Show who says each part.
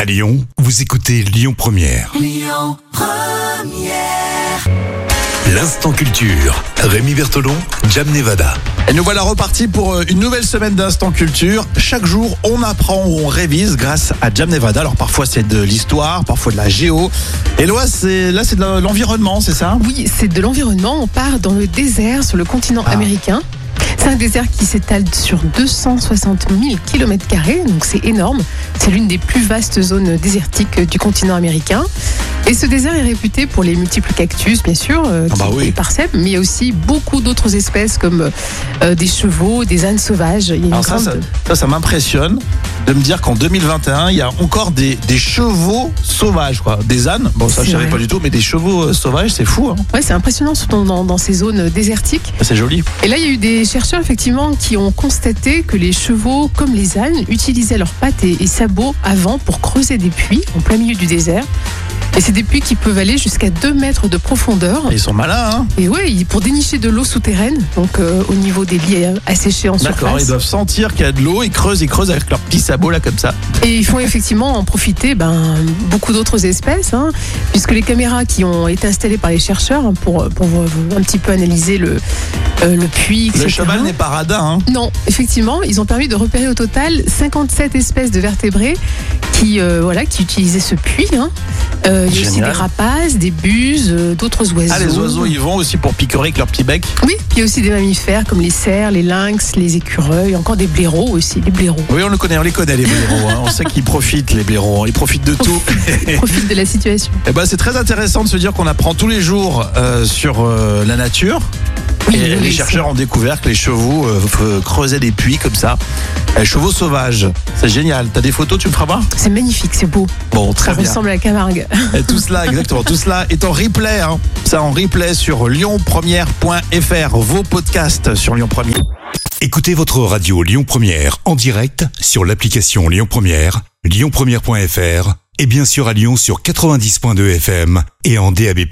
Speaker 1: À Lyon, vous écoutez Lyon Première. Lyon Première. L'instant culture. Rémi Bertolon, Jam Nevada.
Speaker 2: Et nous voilà repartis pour euh, une nouvelle semaine d'Instant Culture. Chaque jour, on apprend ou on révise grâce à Jam Nevada. Alors parfois c'est de l'histoire, parfois de la géo. Et là, c'est là c'est de la- l'environnement, c'est ça
Speaker 3: Oui, c'est de l'environnement. On part dans le désert sur le continent
Speaker 2: Ah.
Speaker 3: américain. C'est un désert qui s'étale sur 260 000 km, donc c'est énorme. C'est l'une des plus vastes zones désertiques du continent américain. Et ce désert est réputé pour les multiples cactus, bien sûr, euh,
Speaker 2: Ah bah
Speaker 3: qui-
Speaker 2: oui.
Speaker 3: et parceps, mais il y a aussi beaucoup d'autres espèces comme euh, des chevaux, des ânes sauvages. Il y a une
Speaker 2: Alors ça,
Speaker 3: grande-
Speaker 2: ça, ça, ça m'impressionne de me dire qu'en 2021, il y a encore des, des chevaux sauvages, quoi. Des ânes, bon ça je
Speaker 3: C'est
Speaker 2: savais
Speaker 3: vrai.
Speaker 2: pas du tout, mais des chevaux euh, sauvages, c'est fou, hein.
Speaker 3: Ouais, c'est impressionnant surtout dans- dans ces zones désertiques.
Speaker 2: c'est joli.
Speaker 3: Et là, il y a eu des chercheurs effectivement qui ont constaté que les chevaux, comme les ânes, utilisaient leurs pattes et, et sabots avant pour creuser des puits en plein milieu du désert. Et c'est des puits qui peuvent aller jusqu'à 2 mètres de profondeur.
Speaker 2: Ils sont malins, hein.
Speaker 3: Et oui, pour dénicher de l'eau souterraine, donc euh, au niveau des lits euh, asséchés en
Speaker 2: D'accord, ils
Speaker 3: surface.
Speaker 2: doivent sentir qu'il y a de l'eau, ils creusent, ils creusent avec leurs petits sabots là comme ça.
Speaker 3: Et ils font effectivement en profiter ben, beaucoup d'autres espèces, hein, puisque les caméras qui ont été installées par les chercheurs hein, pour, pour euh, un petit peu analyser le, euh, le puits,
Speaker 2: Le
Speaker 3: etc.
Speaker 2: cheval n'est pas radin, hein.
Speaker 3: Non, effectivement, ils ont permis de repérer au total 57 espèces de vertébrés qui, euh, voilà, qui utilisaient ce puits. hein. Euh, il y a aussi
Speaker 2: Génial.
Speaker 3: des rapaces, des buses, euh, d'autres oiseaux.
Speaker 2: Ah, les oiseaux, ils vont aussi pour picorer avec leur petit bec.
Speaker 3: Oui, puis il y a aussi des mammifères comme les cerfs, les lynx, les écureuils, encore des blaireaux aussi, les blaireaux.
Speaker 2: Oui, on le connaît, on les connaît, les blaireaux. hein. On sait qu'ils profitent, les blaireaux. hein. Ils profitent de tout.
Speaker 3: Ils profitent de la situation.
Speaker 2: Eh ben, c'est très intéressant de se dire qu'on apprend tous les jours euh, sur euh, la nature.
Speaker 3: Oui,
Speaker 2: Et
Speaker 3: oui,
Speaker 2: les
Speaker 3: oui,
Speaker 2: chercheurs ont découvert que les chevaux euh, f- creusaient des puits comme ça. Euh, chevaux sauvages, c'est génial. T'as des photos, tu me feras voir
Speaker 3: c'est- C'est magnifique, c'est beau.
Speaker 2: Bon,
Speaker 3: Ça
Speaker 2: très bien.
Speaker 3: ressemble à la Camargue.
Speaker 2: Et tout cela, exactement. Tout cela est en replay. hein. Ça en replay sur lyonpremière.fr. Vos podcasts sur Lyon Première.
Speaker 1: Écoutez votre radio Lyon Première en direct sur l'application Lyon Première, lyonpremière.fr et bien sûr à Lyon sur 90.2 FM et en DAB+.